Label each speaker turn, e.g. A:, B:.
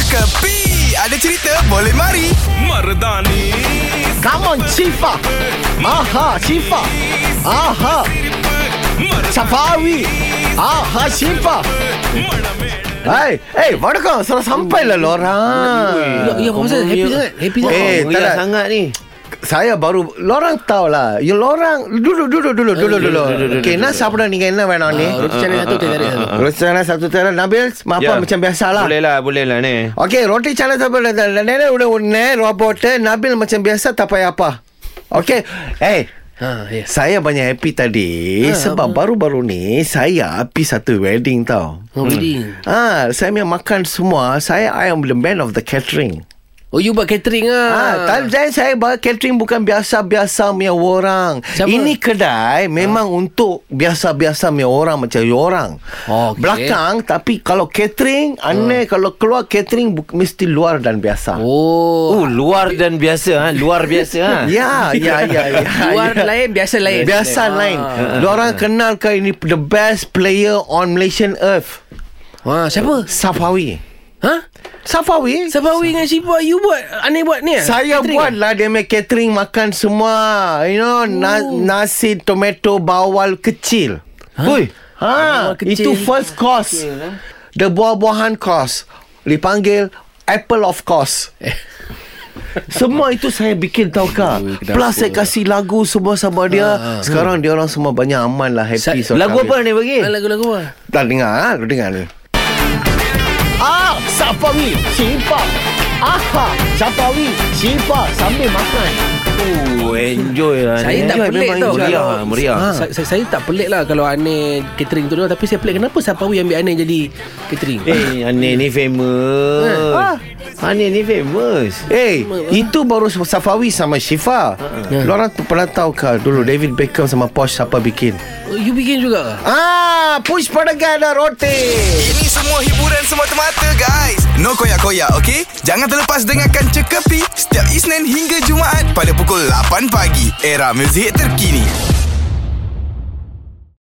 A: Kepi Ada cerita boleh mari Mardani
B: Come on, Sifa. Aha, Sifa. Aha, Safari. Aha, Sifa. Hai, eh, Barakah, salah sampai lah lorang.
C: Ya, ya pasal happy sangat. Happy sangat.
B: Eh, tak
C: Meriah
B: nak.
C: sangat ni.
B: Saya baru Lorang tahu lah You lorang Dulu dulu dulu dulu
C: Eh,
B: dulu Okay nak sabar ni Kena mana ni
C: Ah, Roti canai satu, teh tarik satu.
B: Kalau sana satu tera Nabil Apa macam biasalah
D: Ya. Boleh lah boleh lah ni
B: Okey, roti canai sambal nenek udah udah robot eh, Nabil macam biasa tak payah apa. Okey. Eh,
C: Ha, yes.
B: saya banyak happy tadi
C: Ah,
B: ha, sebab baru-baru ni saya pergi satu wedding tau.
D: Hmm.
C: Oh, wedding.
B: Ah, ha, saya punya makan semua, saya I am the man of the catering.
C: Oh, you buat catering ah.
B: Ah, ha, time saya buat catering bukan biasa-biasa punya orang.
C: Siapa? Ah.
B: Ini kedai memang untuk biasa-biasa punya orang macam you orang.
C: Oh, okey.
B: Belakang tapi kalau catering aneh kalau keluar catering bu- mesti luar dan biasa.
C: Oh.
D: Oh luar dan biasa ha? Luar biasa ha?
B: Ya, ya, ya, ya.
C: Luar
B: ya.
C: lain, biasa lain. Ah.
B: Biasa lain.
D: Ah.
B: Lu orang kenal ke ini the best player on Malaysian earth.
C: Ha, siapa?
B: Safawi.
C: Ha?
B: Safawi?
C: Sabawi dengan Sipa you buat aneh buat ni ah?
B: Saya
C: Catering
B: buat
C: ah?
B: lah dia make catering makan semua. You know, na- nasi, tomato, bawal kecil. Hui. Ha,
C: Bawal kecil. eh?
B: itu first course. The buah-buahan course. Dipanggil apple of course. Semua itu saya bikin tau kak Plus saya kasih lagu semua sama dia
C: Ah,
B: Sekarang dia orang semua banyak aman lah Happy
C: Sa-
B: so
D: Lagu
B: kami.
D: apa ni bagi
C: Ah, Lagu-lagu apa?
B: Tak dengar ha? Lu dengar ni Ah Safawi Simpan Aha Safawi Simpan Sambil makan
D: Oh enjoy lah
C: Saya
D: ni.
C: tak
D: Enjoy,
C: pelik
D: memang
C: tau
D: Meriah ah,
C: kalau-
D: meriah
C: Ha. Sa- Saya, saya tak pelik lah kalau aneh catering tu tapi saya pelik kenapa Sabawi ambil aneh jadi catering?
D: Eh Ani ni famous
B: Ah.
D: Ani ni famous
B: Eh, itu baru Safawi sama Syifa. Uh-huh. Lorang tu pernah tahu ke dulu David Beckham sama Posh siapa bikin?
C: Oh, You bikin juga ke?
B: Ah, push pada gada roti.
A: Ini semua hiburan semata-mata guys No koyak-koyak ok Jangan terlepas dengarkan Cekapi Setiap Isnin hingga Jumaat Pada pukul 8 pagi Era muzik terkini